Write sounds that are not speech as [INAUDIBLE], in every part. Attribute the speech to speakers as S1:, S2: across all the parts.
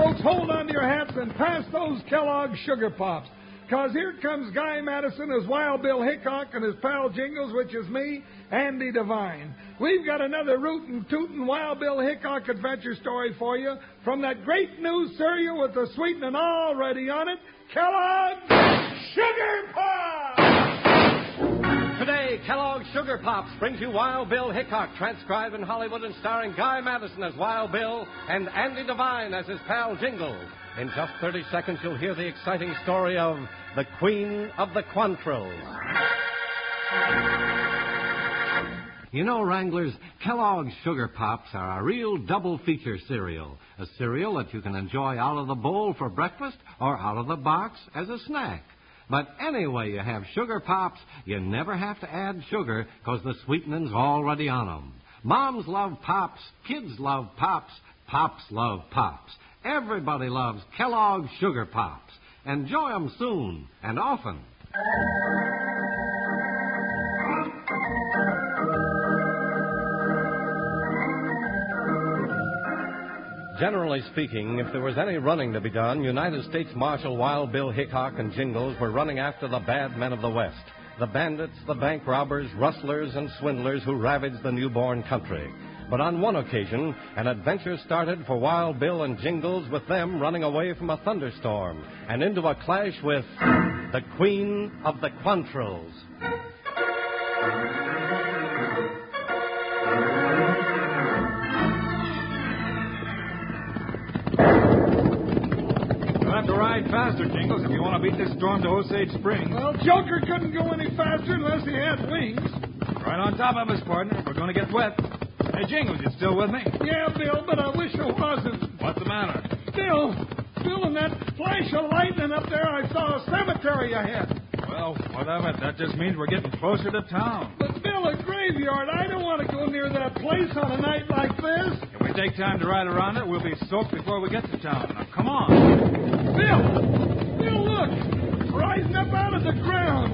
S1: Let's hold on to your hats and pass those Kellogg Sugar Pops. Cause here comes Guy Madison as Wild Bill Hickok and his pal Jingles, which is me, Andy Devine. We've got another rootin' tootin' Wild Bill Hickok adventure story for you from that great new cereal with the sweetening already on it, Kellogg's Sugar Pops!
S2: Today, Kellogg's Sugar Pops brings you Wild Bill Hickok, transcribed in Hollywood and starring Guy Madison as Wild Bill and Andy Devine as his pal Jingles. In just 30 seconds, you'll hear the exciting story of the Queen of the Quantrells. You know, Wranglers, Kellogg's Sugar Pops are a real double feature cereal. A cereal that you can enjoy out of the bowl for breakfast or out of the box as a snack. But anyway, you have Sugar Pops, you never have to add sugar because the sweetening's already on 'em. Moms love Pops, kids love Pops, Pops love Pops. Everybody loves Kellogg's Sugar Pops. Enjoy 'em soon and often. Generally speaking, if there was any running to be done, United States Marshal Wild Bill Hickok and Jingles were running after the bad men of the West the bandits, the bank robbers, rustlers, and swindlers who ravaged the newborn country. But on one occasion, an adventure started for Wild Bill and Jingles with them running away from a thunderstorm and into a clash with the Queen of the Quantrells.
S3: You'll have to ride faster, Jingles, if you want to beat this storm to Osage Springs.
S1: Well, Joker couldn't go any faster unless he had wings.
S3: Right on top of us, partner. We're going to get wet. Hey, Jingles, you still with me?
S1: Yeah, Bill, but I wish I wasn't.
S3: What's the matter?
S1: Bill, Bill, in that flash of lightning up there, I saw a cemetery ahead.
S3: Well, what of it? That just means we're getting closer to town.
S1: But, Bill, a graveyard, I don't want to go near that place on a night like this.
S3: If we take time to ride around it, we'll be soaked before we get to town. Now, come on.
S1: Bill, Bill, look, rising up out of the ground.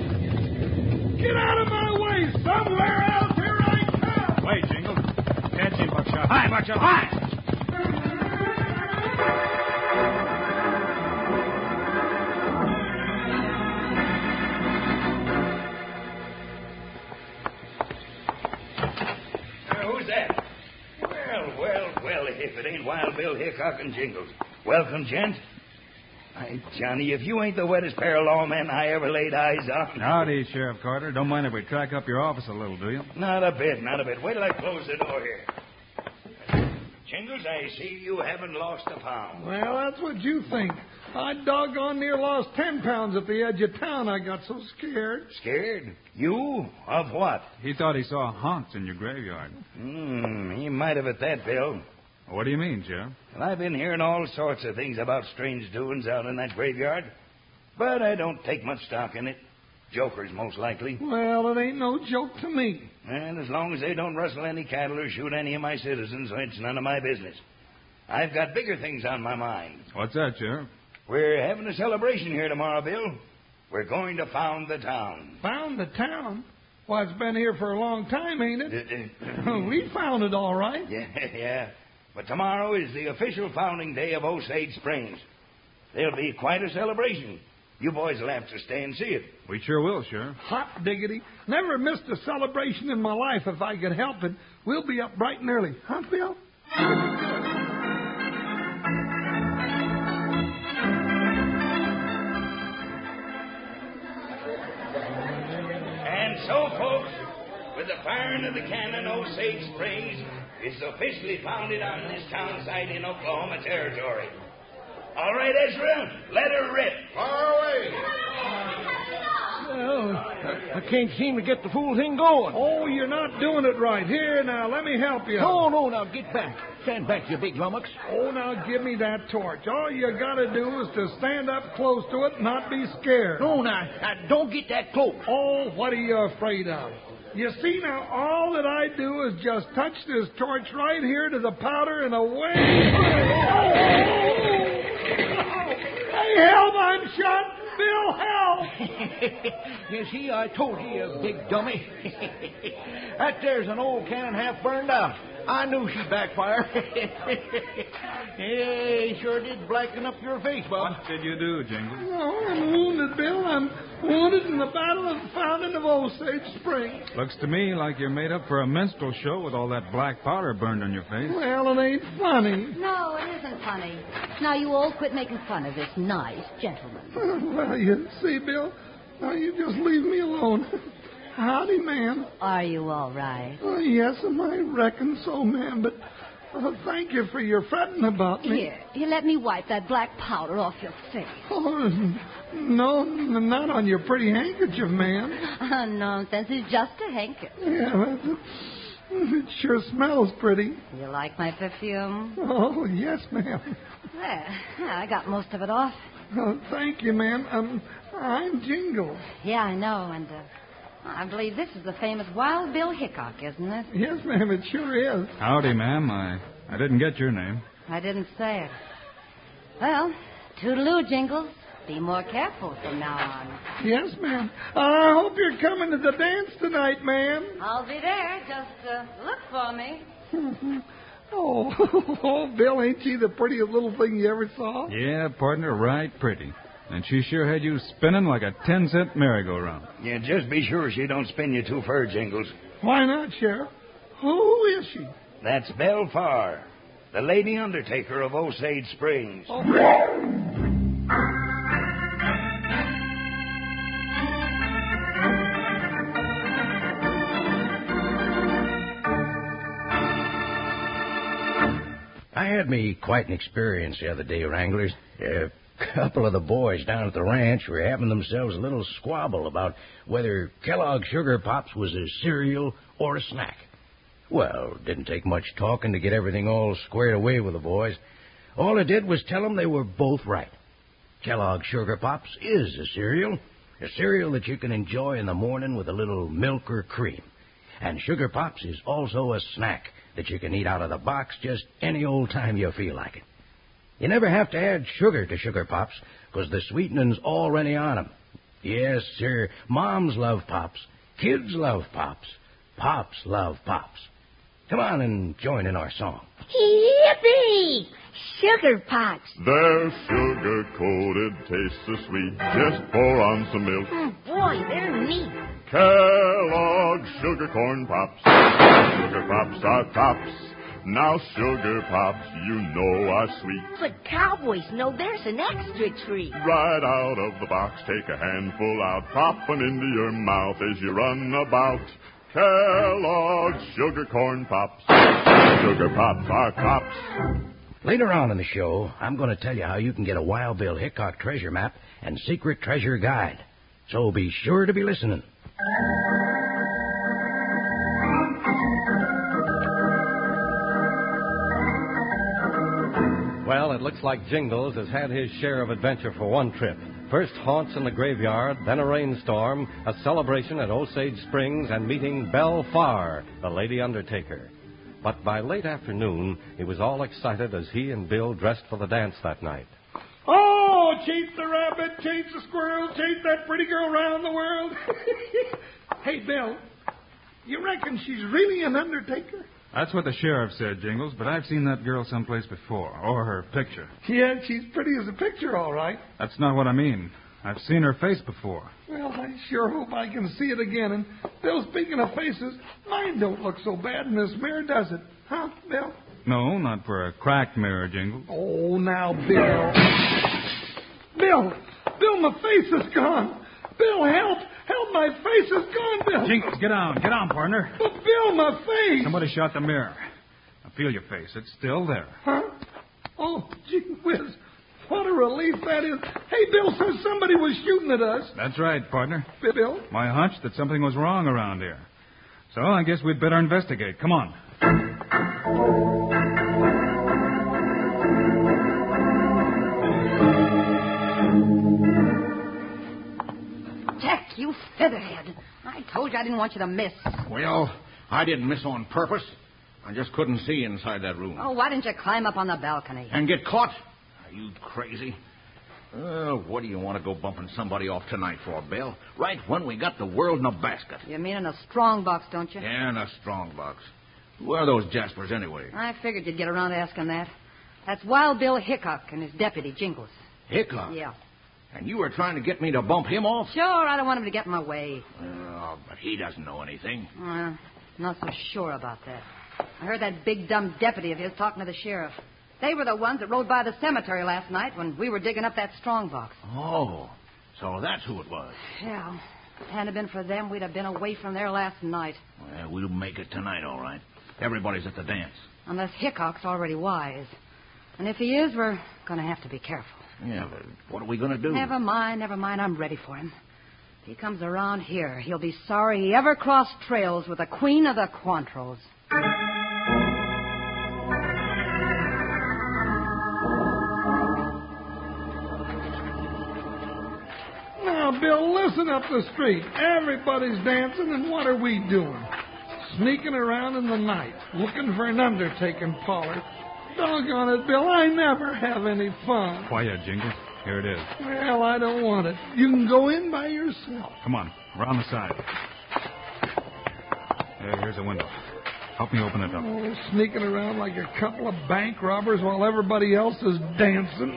S1: Get out of my way, somewhere else here I come.
S3: Wait, Jingles. Catch him, Buckshot. Hi, Buckshot. Hi!
S4: Uh, who's that? Well, well, well, if it ain't Wild Bill Hickok and Jingles. Welcome, gents. Hey, Johnny, if you ain't the wettest pair of lawmen I ever laid eyes on.
S3: Howdy, Sheriff Carter. Don't mind if we track up your office a little, do you?
S4: Not a bit, not a bit. Wait till I close the door here. Jingles, I see you haven't lost a pound.
S1: Well, that's what you think. I doggone near lost 10 pounds at the edge of town. I got so scared.
S4: Scared? You? Of what?
S3: He thought he saw haunts in your graveyard.
S4: Hmm, he might have at that, Bill.
S3: What do you mean, Sheriff?
S4: Well, I've been hearing all sorts of things about strange doings out in that graveyard, but I don't take much stock in it. Jokers, most likely.
S1: Well, it ain't no joke to me.
S4: And as long as they don't rustle any cattle or shoot any of my citizens, it's none of my business. I've got bigger things on my mind.
S3: What's that, Sheriff?
S4: We're having a celebration here tomorrow, Bill. We're going to found the town.
S1: Found the town? Why, it's been here for a long time, ain't it? [LAUGHS]
S4: yeah, [LAUGHS]
S1: we found it all right.
S4: yeah. But tomorrow is the official founding day of Osage Springs. There'll be quite a celebration. You boys will have to stay and see it.
S3: We sure will, Sheriff.
S1: Hot diggity. Never missed a celebration in my life if I could help it. We'll be up bright and early. Huh, Bill?
S4: And so, folks, with the firing of the cannon, Osage Springs is officially founded on this town site in Oklahoma Territory. All right, Ezra, let her rip.
S2: I can't seem to get the fool thing going.
S1: Oh, you're not doing it right. Here, now, let me help you.
S2: no, now get back. Stand back, you big lummox.
S1: Oh, now give me that torch. All you gotta do is to stand up close to it and not be scared.
S2: No, now, now don't get that close. [LAUGHS]
S1: Oh, what are you afraid of? You see now, all that I do is just touch this torch right here to the powder and away. hey, help! I'm shot. Bill, help!
S2: you see, [LAUGHS] I told you, you big dummy. that there's an old cannon half burned out.
S5: I knew she'd
S2: [LAUGHS]
S5: backfire. yeah, sure did blacken up your face, Bob.
S3: What did you do, Jingles?
S1: No, I'm wounded, Bill. I'm wounded in the Battle of the Fountain of Osage Springs.
S3: Looks to me like you're made up for a minstrel show with all that black powder burned on your face.
S1: Well, it ain't funny.
S6: No, it isn't funny. Now, you all quit making fun of this nice gentleman.
S1: Well, you see, Bill, now you just leave me alone. Howdy, ma'am.
S6: Are you all right?
S1: Oh, yes, um, I reckon so, ma'am, but uh, thank you for your fretting about me.
S6: Here, here, let me wipe that black powder off your face. [LAUGHS]
S1: Oh, no, n- not on your pretty handkerchief, ma'am.
S6: Oh, nonsense. It's just a handkerchief.
S1: Yeah, that's, it sure smells pretty.
S6: You like my perfume?
S1: Oh, yes, ma'am.
S6: There, I got most of it off.
S1: Uh, thank you, ma'am. Um, I'm Jingle.
S6: Yeah, I know, and uh, I believe this is the famous Wild Bill Hickok, isn't it?
S1: Yes, ma'am, it sure is.
S3: Howdy, ma'am. I, I didn't get your name.
S6: I didn't say it. Well, toodaloo, Jingles. Be more careful from now on.
S1: Yes, ma'am. I hope you're coming to the dance tonight, ma'am.
S6: I'll be there. Just uh, look for me.
S1: Oh, [LAUGHS] oh, Bill, ain't she the prettiest little thing you ever saw?
S3: Yeah, partner, right pretty. And she sure had you spinning like a ten cent merry-go-round.
S4: Yeah, just be sure she don't spin you too far, Jingles.
S1: Why not, Sheriff? Who is she?
S4: That's Belle Farr, the lady undertaker of Osage Springs.
S7: I had me quite an experience the other day, Wranglers. A couple of the boys down at the ranch were having themselves a little squabble about whether Kellogg's Sugar Pops was a cereal or a snack. Well, didn't take much talking to get everything all squared away with the boys. All I did was tell them they were both right. Kellogg's Sugar Pops is a cereal, a cereal that you can enjoy in the morning with a little milk or cream. And Sugar Pops is also a snack that you can eat out of the box just any old time you feel like it. You never have to add sugar to Sugar Pops, 'cause the sweetening's already on 'em. Yes, sir, moms love Pops, kids love Pops, Pops love Pops. Come on and join in our song.
S8: Yippee! Sugar pops.
S9: Their sugar coated taste so sweet. Just pour on some milk.
S8: Mm, boy, they're neat.
S9: Kellogg's sugar corn pops. Sugar pops are tops. Now sugar pops, you know are Oh, sweet.
S8: But cowboys know there's an extra treat.
S9: Right out of the box, take a handful out, pop 'em into your mouth as you run about. Kellogg's sugar corn pops. Sugar pops are tops.
S7: Later on in the show, I'm going to tell you how you can get a Wild Bill Hickok treasure map and secret treasure guide. So be sure to be listening.
S2: Well, it looks like Jingles has had his share of adventure for one trip. First haunts in the graveyard, then a rainstorm, a celebration at Osage Springs, and meeting Belle Farr, the lady undertaker. But by late afternoon, he was all excited as he and Bill dressed for the dance that night.
S1: Oh, chase the rabbit, chase the squirrel, chase that pretty girl round the world. [LAUGHS] hey, Bill, you reckon she's really an undertaker?
S3: That's what the sheriff said, Jingles, but I've seen that girl someplace before, or her picture.
S1: Yeah, she's pretty as a picture, all right.
S3: That's not what I mean. I've seen her face before.
S1: Well, I sure hope I can see it again. And, Bill, speaking of faces, mine don't look so bad in this mirror, does it? Huh, Bill?
S3: No, not for a cracked mirror, Jingles.
S1: Oh, now, Bill. Bill, Bill, my face is gone. Bill, help! Help, my face is gone, Bill.
S3: Jingles, get on, get on, partner.
S1: But Bill, my face.
S3: Somebody shot the mirror. I feel your face. It's still there.
S1: Huh? Oh, gee whiz. What a relief that is. Hey, Bill says somebody was shooting at us.
S3: That's right, partner.
S1: Bi- Bill?
S3: My hunch that something was wrong around here. So I guess we'd better investigate. Come on.
S6: Jack, you featherhead. I told you I didn't want you to miss.
S7: Well, I didn't miss on purpose. I just couldn't see inside that room.
S6: Oh, why didn't you climb up on the balcony?
S7: And get caught? Are you crazy? Uh, what do you want to go bumping somebody off tonight for, Bill? Right when we got the world in a basket.
S6: You mean in a strong box, don't you?
S7: Yeah, in a strong box.
S5: Who are those Jaspers, anyway?
S6: I figured you'd get around to asking that. That's Wild Bill Hickok and his deputy, Jingles.
S7: Hickok?
S6: Yeah.
S7: And you were trying to get me to bump him off?
S6: Sure, I don't want him to get in my way.
S7: Oh, but he doesn't know anything.
S6: Uh, not so sure about that. I heard that big dumb deputy of his talking to the sheriff. They were the ones that rode by the cemetery last night when we were digging up that strong box.
S7: Oh, so that's who it was.
S6: Yeah. If it hadn't been for them, we'd have been away from there last night.
S7: Well, we'll make it tonight, all right. Everybody's at the dance.
S6: Unless Hickok's already wise. And if he is, we're going to have to be careful.
S7: Yeah, but what are we going to do?
S6: Never mind, never mind. I'm ready for him. If he comes around here, he'll be sorry he ever crossed trails with the Queen of the Quantrells.
S1: Now, Bill, listen up the street. Everybody's dancing, and what are we doing? Sneaking around in the night, looking for an undertaking, Pollard. Doggone it, Bill, I never have any fun.
S3: Quiet, Jingles. Here it is.
S1: Well, I don't want it. You can go in by yourself.
S3: Come on, around the side. There, here's a window. Help me open it up.
S1: Oh, sneaking around like a couple of bank robbers while everybody else is dancing.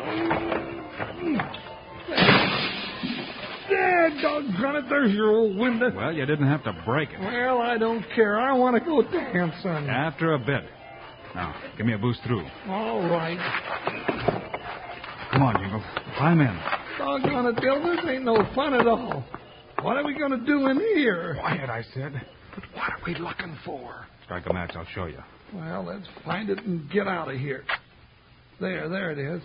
S1: There, doggone it, there's your old window.
S3: Well, you didn't have to break it.
S1: Well, I don't care. I want to go dance on that.
S3: After a bit. Now, give me a boost through.
S1: All right.
S3: Come on, Jingles. Climb in.
S1: Doggone it, Bill, this ain't no fun at all. What are we going to do in here?
S3: Quiet, I said.
S1: What are we looking for?
S3: Strike a match, I'll show you.
S1: Well, let's find it and get out of here. There, there it is.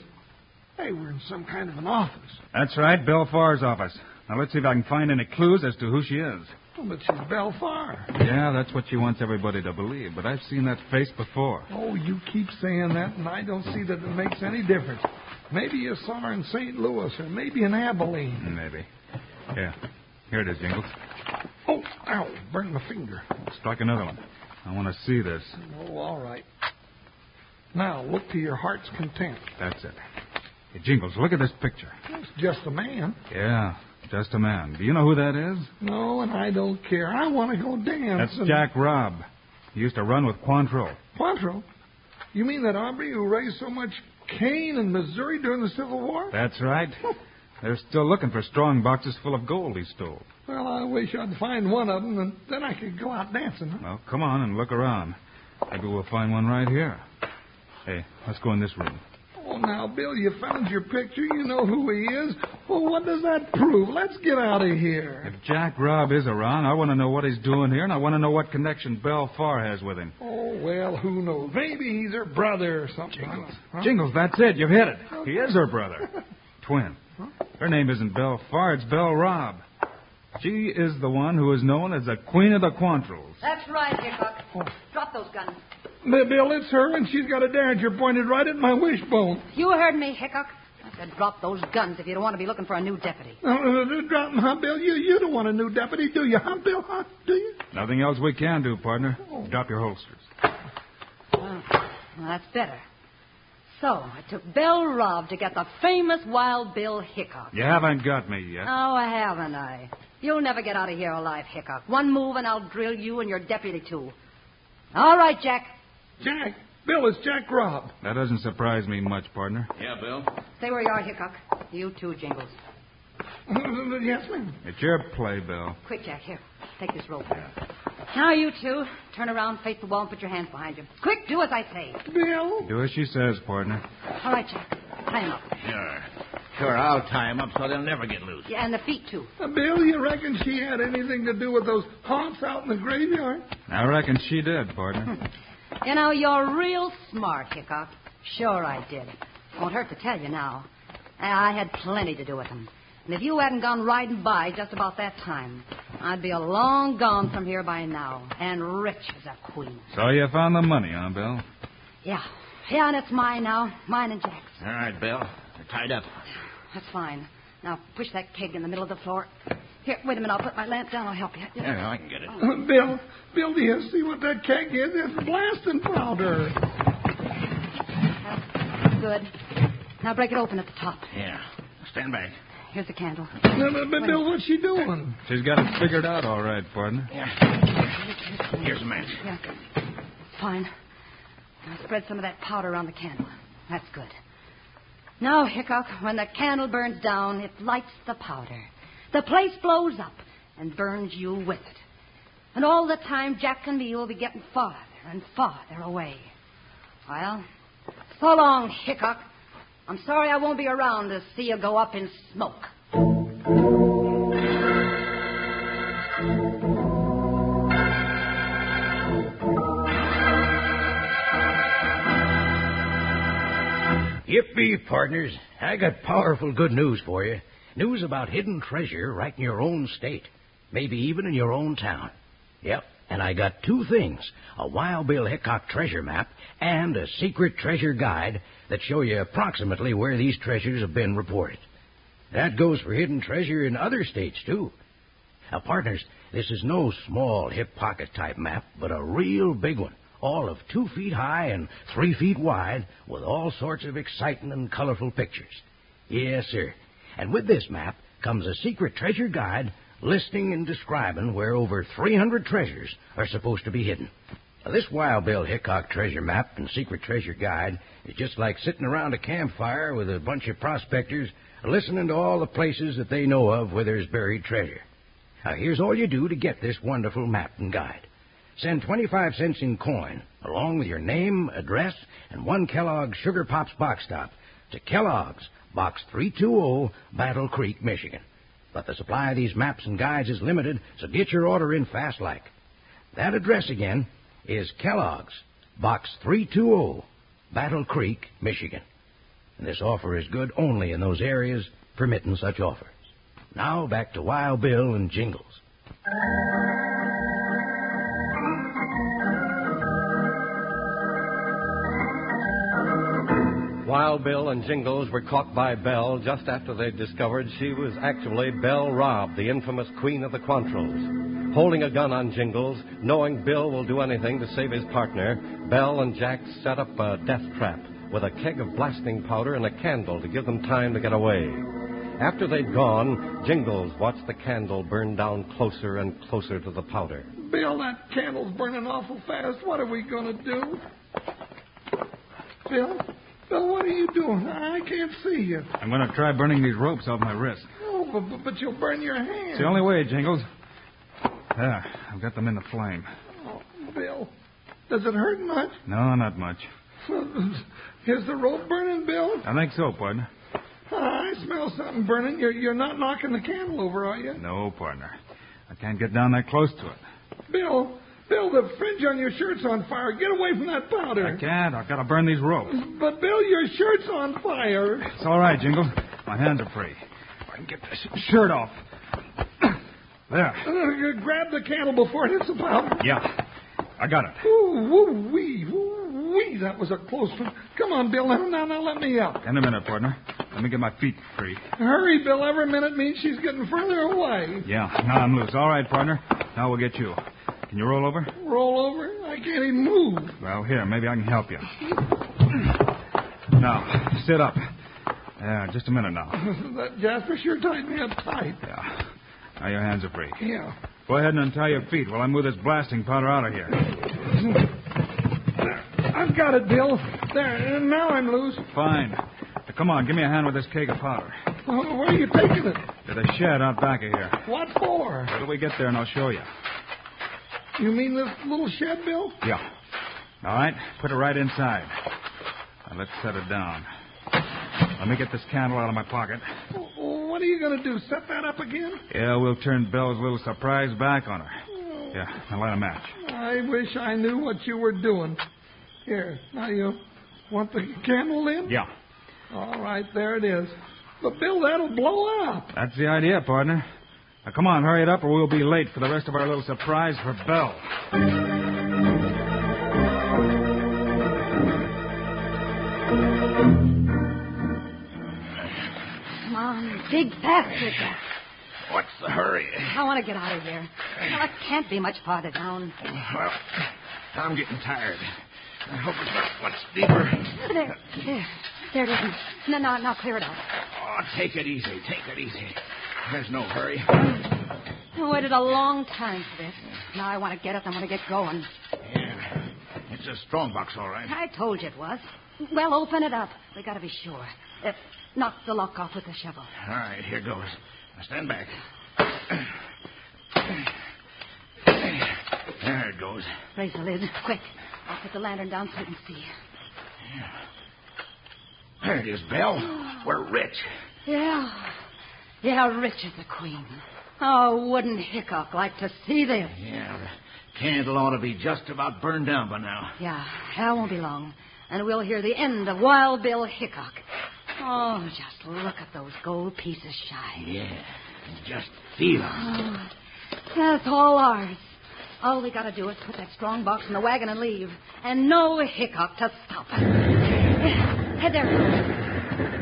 S1: Hey, we're in some kind of an office.
S3: That's right, Bill Farr's office. Now let's see if I can find any clues as to who she is.
S1: Oh, but she's Belle Farr.
S3: Yeah, that's what she wants everybody to believe, but I've seen that face before.
S1: Oh, you keep saying that, and I don't see that it makes any difference. Maybe you saw her in St. Louis, or maybe in Abilene.
S3: Maybe. Yeah. Here it is, Jingles.
S1: Oh, ow, burned my finger.
S3: Strike another one. I want to see this.
S1: Oh, all right. Now, look to your heart's content.
S3: That's it. Hey, Jingles, look at this picture.
S1: It's just a man.
S3: Yeah, just a man. Do you know who that is?
S1: No, and I don't care. I want to go dance.
S3: That's
S1: and-
S3: Jack Robb. He used to run with Quantrill.
S1: Quantrill? You mean that Aubrey who raised so much cane in Missouri during the Civil War?
S3: That's [LAUGHS] right. They're still looking for strong boxes full of gold he stole.
S1: Well, I wish I'd find one of them, and then I could go out dancing. huh?
S3: Well, come on and look around. Maybe we'll find one right here. Hey, let's go in this room.
S1: Oh, now, Bill, you found your picture. You know who he is. Well, what does that prove? Let's get out of here.
S3: If Jack Robb is around, I want to know what he's doing here, and I want to know what connection Bell Farr has with him.
S1: Oh, well, who knows? Maybe he's her brother or something.
S3: Jingles.
S1: Huh?
S3: Jingles, that's it. You've hit it. He is her
S7: [LAUGHS]
S3: brother. Twin. Her name isn't Belle Farr, it's Belle Robb. She is the one who is known as the Queen of the Quantrells.
S6: That's right, Hickok. Drop those guns.
S1: Bi- Bill, it's her, and she's got a derringer pointed right at my wishbone.
S6: You heard me, Hickok. I said drop those guns if you don't want to be looking for a new deputy.
S1: Uh, uh, Drop 'em, huh, Bill? You, you don't want a new deputy, do you, huh, Bill? Huh? Do you?
S3: Nothing else we can do, partner. Drop your holsters.
S6: Oh, well, that's better. So, I took Bell Robb to get the famous Wild Bill Hickok.
S3: You haven't got me yet.
S6: Oh, haven't I? You'll never get out of here alive, Hickok. One move and I'll drill you and your deputy, too. All right, Jack.
S1: Jack. Bill, it's Jack Robb.
S3: That doesn't surprise me much, partner.
S5: Yeah, Bill.
S6: Stay where you are, Hickok. You too, Jingles.
S1: Uh, yes, ma'am.
S3: It's your play, Bill.
S6: Quick, Jack, here. Take this rope. Now, you two, turn around, face the wall, and put your hands behind you. Quick, do as I say.
S1: Bill.
S3: Do as she says, partner.
S6: All right, Jack. Tie 'em up.
S7: Sure. Sure, I'll tie him up so they'll never get loose.
S6: Yeah, and the feet, too.
S1: Uh, Bill, you reckon she had anything to do with those honks out in the graveyard?
S3: I reckon she did,
S7: [LAUGHS]
S3: partner.
S6: You know, you're real smart, Hickok. Sure I did. Won't hurt to tell you now. I I had plenty to do with them. And if you hadn't gone riding by just about that time, I'd be a long gone from here by now, and rich as a queen.
S3: so you found the money, huh, Bill?
S6: Yeah. Yeah, and it's mine now. Mine and Jack's.
S7: All right, Bill. They're tied up.
S6: That's fine. Now, push that keg in the middle of the floor. Here, wait a minute. I'll put my lamp down. I'll help you.
S7: Yeah, I can get it.
S1: Bill, Bill, do you see what that keg is? It's blasting powder.
S6: Good. Now break it open at the top.
S7: Yeah. Stand back.
S6: Here's a candle.
S1: No, no, but Bill, what's she doing?
S3: She's got it figured out all right, partner.
S7: Here's a match.
S6: Yeah. fine. I spread some of that powder on the candle. That's good. Now, Hickok, when the candle burns down, it lights the powder. The place blows up and burns you with it. And all the time, Jack and me will be getting farther and farther away. Well, so long, Hickok. I'm sorry I won't be around to see you go up in smoke.
S4: Yippee, partners. I got powerful good news for you. News about hidden treasure right in your own state. Maybe even in your own town. Yep, and I got two things a Wild Bill Hickok treasure map and a secret treasure guide that show you approximately where these treasures have been reported. That goes for hidden treasure in other states, too. Now, partners, this is no small hip pocket type map, but a real big one. All of two feet high and three feet wide, with all sorts of exciting and colorful pictures. Yes, sir. And with this map comes a secret treasure guide listing and describing where over 300 treasures are supposed to be hidden. Now, this Wild Bill Hickok treasure map and secret treasure guide is just like sitting around a campfire with a bunch of prospectors listening to all the places that they know of where there's buried treasure. Now, here's all you do to get this wonderful map and guide. Send 25 cents in coin, along with your name, address, and one Kellogg's Sugar Pops box top to Kellogg's, Box 320, Battle Creek, Michigan. But the supply of these maps and guides is limited, so get your order in fast like. That address again is Kellogg's, Box 320, Battle Creek, Michigan. And this offer is good only in those areas permitting such offers. Now back to Wild Bill and Jingles.
S2: Wild Bill and Jingles were caught by Belle just after they discovered she was actually Belle Robb, the infamous queen of the Quantrills. Holding a gun on Jingles, knowing Bill will do anything to save his partner, Belle and Jack set up a death trap with a keg of blasting powder and a candle to give them time to get away. After they'd gone, Jingles watched the candle burn down closer and closer to the powder.
S1: Bill, that candle's burning awful fast. What are we going to do? Bill? Bill, what are you doing? I can't see you.
S3: I'm going to try burning these ropes off my wrist.
S1: Oh, but, but- but you'll burn your
S3: It's
S1: hand.
S3: the only way, Jingles. There, I've got them in the flame.
S1: Oh, Bill, does it hurt much? [LAUGHS]
S3: No, not much.
S1: Is the rope burning, Bill?
S3: I think so, partner.
S1: I smell something burning. You're, you're not knocking the candle over, are you?
S3: No, partner. I can't get down that close to it.
S1: Bill, Bill, the fringe on your shirt's on fire. Get away from that
S3: I
S1: powder.
S3: can't. I've got to burn these ropes.
S1: But, Bill, your shirt's on fire.
S3: It's all right, Jingles. My hands are free. If I can get this shirt off. [CLEARS THROAT] There.
S1: Uh, grab the candle before it hits the powder.
S3: Yeah. I got it.
S1: Ooh, woo, wee, woo, wee. That was a close one. Come on, Bill. Now, now, now, let me up.
S3: In a minute, partner. Let me get my feet free.
S1: Hurry, Bill. Every minute means she's getting further away.
S3: Yeah, now I'm loose. All right, partner. Now we'll get you. Can you roll over?
S1: Roll over. I can't even move. [LAUGHS]
S3: Well, here, maybe I can help you. [CLEARS THROAT] Now, sit up. Yeah, just a minute now.
S1: that Jasper sure tied me up tight.
S3: Yeah. Now your hands are free.
S1: Yeah.
S3: Go ahead and untie your feet while I move this blasting powder out of here.
S1: I've got it, Bill. There. uh, Now I'm loose.
S3: Fine. Now, come on, give me a hand with this keg of powder.
S1: Uh, Where are you taking it?
S3: To the shed out back of here.
S1: What for?
S3: Wait till we get there and I'll show you.
S1: You mean this little shed, Bill?
S3: Yeah. All right, put it right inside. Now let's set it down. Let me get this candle out of my pocket.
S1: W- What are you going to do? Set that up again?
S3: Yeah, we'll turn Belle's little surprise back on her. Yeah, now light a match.
S1: I wish I knew what you were doing. Here, now you want the candle in?
S3: Yeah.
S1: All right, there it is. But Bill, that'll blow up.
S3: That's the idea, partner. Now come on, hurry it up or we'll be late for the rest of our little surprise for Belle.
S6: Come on, dig faster, Jack.
S7: What's the hurry?
S6: I want to get out of here. Well, I can't be much farther down.
S7: Well, I'm getting tired. I hope it's not much deeper.
S6: There, there, there it is. No, no, now clear it out.
S7: Oh, take it easy. Take it easy. There's no hurry.
S6: I waited a long time for this. Now I want to get up. I want to get going.
S7: Yeah. It's
S5: It's a strong box, all right.
S6: I told you it was. Well, open it up. We gotta be sure. Uh, knock the lock off with the shovel.
S5: All right, here goes. Now stand back. There it goes.
S6: Raise the lid, quick. I'll put the lantern down so we can see.
S5: There it is, Belle. We're rich.
S6: Yeah. Yeah, rich as a queen. Oh, wouldn't Hickok like to see this?
S5: Yeah, the candle ought to be just about burned down by now.
S6: Yeah, that won't be long. And we'll hear the end of Wild Bill Hickok. Oh, just look at those gold pieces shine.
S5: Yeah, just feel 'em.
S6: Oh, that's all ours. All we gotta do is put that strong box in the wagon and leave. And no Hickok to stop us. Yeah, there.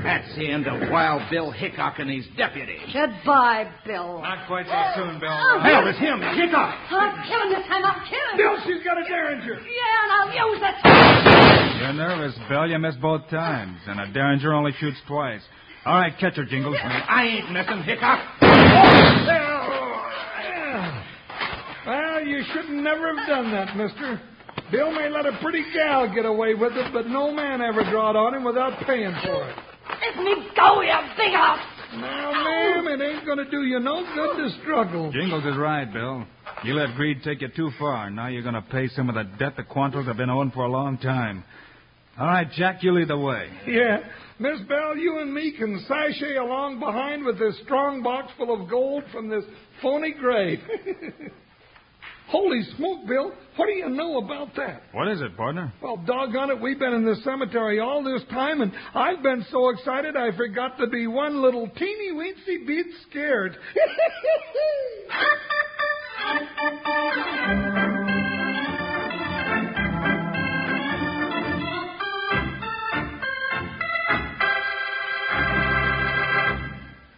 S5: That's the end of Wild Bill Hickok and his deputy.
S6: Goodbye, Bill.
S3: Not quite so soon, Belle.
S6: Oh,
S5: Hell, it's him, Hickok.
S6: I'm killing this time. I'm killing
S1: Bill, she's got a derringer.
S6: Yeah, and I'll use it.
S3: You're nervous, Belle. You missed both times, and a derringer only shoots twice. All right, catch her, Jingles.
S5: I ain't missing Hickok.
S1: Well, you shouldn't never have done that, mister. Bill may let a pretty gal get away with it, but no man ever drawed on him without paying for it.
S6: Let me go, you big off.
S1: Now, ma'am, it ain't going to do you no good to struggle.
S3: Jingles is right, Bill. You let greed take you too far. Now you're going to pay some of the debt the Quantos have been owing for a long time. All right, Jack, you lead the way.
S1: Yeah. Miss Bell, you and me can sashay along behind with this strong box full of gold from this phony grave. [LAUGHS] Holy smoke, Bill. What do you know about that?
S3: What is it, partner?
S1: Well, doggone it, we've been in the cemetery all this time, and I've been so excited I forgot to be one little teeny weensy bit scared. [LAUGHS]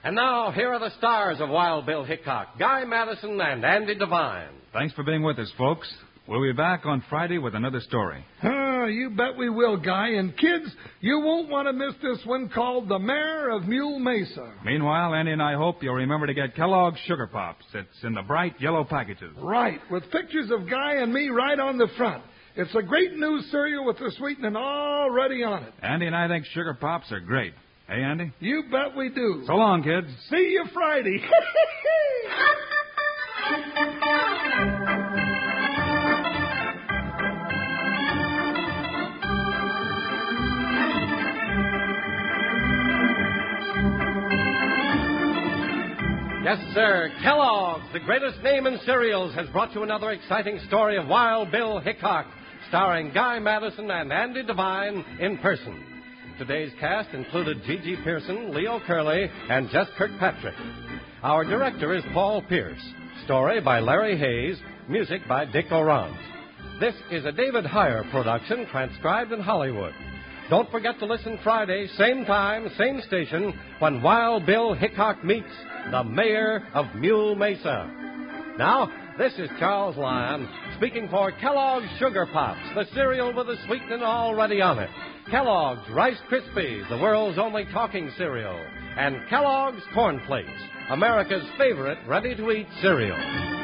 S2: And now, here are the stars of Wild Bill Hickok Guy Madison and Andy Devine.
S3: Thanks for being with us, folks. We'll be back on Friday with another story.
S1: Ah, you bet we will, Guy. And kids, you won't want to miss this one called The Mayor of Mule Mesa.
S3: Meanwhile, Andy and I hope you'll remember to get Kellogg's Sugar Pops. It's in the bright yellow packages.
S1: Right, with pictures of Guy and me right on the front. It's a great new cereal with the sweetening already on it.
S3: Andy and I think Sugar Pops are great. Hey, Andy?
S1: You bet we do.
S3: So long, kids.
S1: See you Friday. [LAUGHS]
S2: Yes, sir. Kellogg's, the greatest name in cereals, has brought you another exciting story of Wild Bill Hickok, starring Guy Madison and Andy Devine in person. Today's cast included Gigi Pearson, Leo Curley, and Jess Kirkpatrick. Our director is Paul Pierce. Story by Larry Hayes. Music by Dick Orant. This is a David Heyer production transcribed in Hollywood. Don't forget to listen Friday, same time, same station, when Wild Bill Hickok meets the mayor of Mule Mesa. Now, this is Charles Lyon speaking for Kellogg's Sugar Pops, the cereal with the sweetening already on it. Kellogg's Rice Krispies, the world's only talking cereal. And Kellogg's Corn Flakes, America's favorite ready to eat cereal.